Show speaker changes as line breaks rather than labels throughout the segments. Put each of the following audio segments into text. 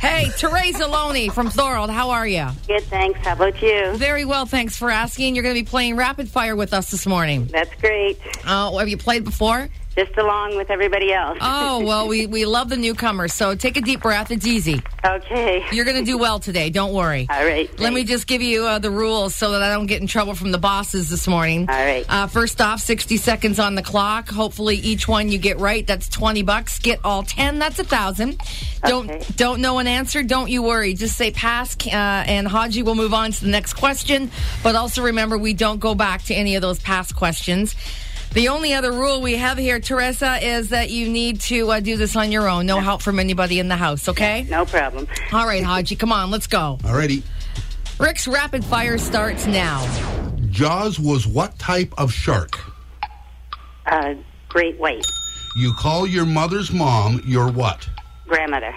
Hey, Teresa Loney from Thorold, how are you?
Good, thanks. How about you?
Very well, thanks for asking. You're going to be playing rapid fire with us this morning.
That's great.
Uh, have you played before?
Just along with everybody else.
Oh, well, we, we love the newcomers, so take a deep breath. It's easy.
Okay.
You're going to do well today. Don't worry.
All right.
Let me
thanks.
just give you uh, the rules so that I don't get in trouble from the bosses this morning.
All right.
Uh, first off, 60 seconds on the clock. Hopefully, each one you get right. That's 20 bucks. Get all 10. That's a thousand.
Okay.
Don't don't know an answer. Don't you worry. Just say pass, uh, and Haji will move on to the next question. But also remember, we don't go back to any of those past questions. The only other rule we have here, Teresa, is that you need to uh, do this on your own. No help from anybody in the house. Okay.
No problem.
All right, Haji. Come on. Let's go.
Alrighty.
Rick's rapid fire starts now.
Jaws was what type of shark?
Uh, great white.
You call your mother's mom your what?
Grandmother.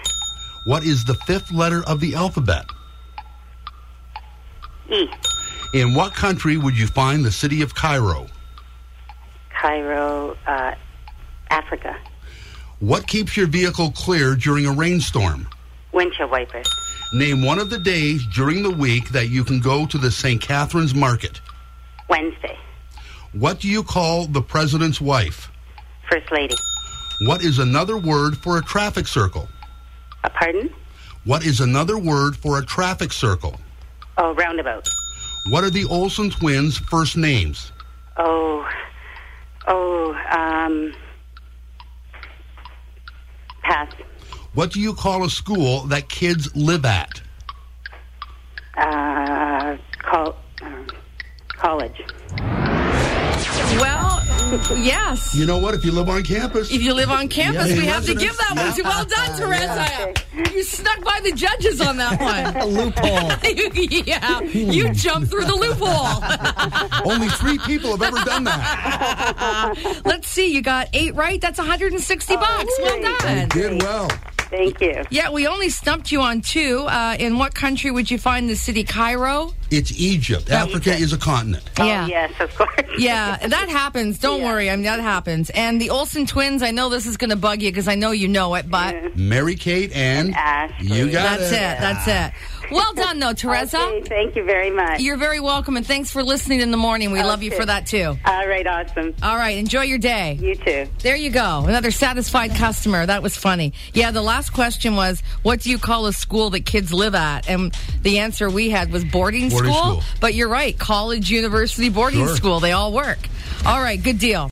What is the fifth letter of the alphabet?
E.
In what country would you find the city of Cairo?
Cairo, uh, Africa.
What keeps your vehicle clear during a rainstorm?
Windshield wipers.
Name one of the days during the week that you can go to the St. Catherine's Market.
Wednesday.
What do you call the president's wife?
First lady.
What is another word for a traffic circle?
Uh, pardon?
What is another word for a traffic circle?
Oh, roundabout.
What are the Olsen twins' first names?
Oh, oh, um, pass.
What do you call a school that kids live at?
Uh, col- um, college.
Well, yes.
You know what? If you live on campus,
If you live on campus,
Yeah,
we
you
have to
residents.
give that one to. Well done, Teresa. You snuck by the judges on that one.
A loophole.
yeah, you jumped through the loophole.
only three people have ever done that.
Let's see, you got eight right. That's 160 bucks. Well
great.
done.
Did well.
Thank you.
Yeah, we only stumped you on two. Uh, in what country would you find the city Cairo?
It's Egypt. Africa is a continent.
yeah.
Oh, yes, of course.
Yeah, that happens. Don't worry. I mean, that happens. And the Olsen twins, I know this is going to bug you because I know you know it, but
Mary Kate and
Ashley.
you got
that's it. That's it. Well done, though, Teresa.
Okay, thank you very much.
You're very welcome, and thanks for listening in the morning. We love you
Okay.
for that, too.
All right, awesome.
All right, enjoy your day.
You too.
There you go. Another satisfied customer. That was funny. Yeah, the last question was, what do you call a school that kids live at? And the answer we had was boarding,
Boarding
school.
school.
But you're right, college, university, boarding
Sure.
school, they all work. All right, good deal.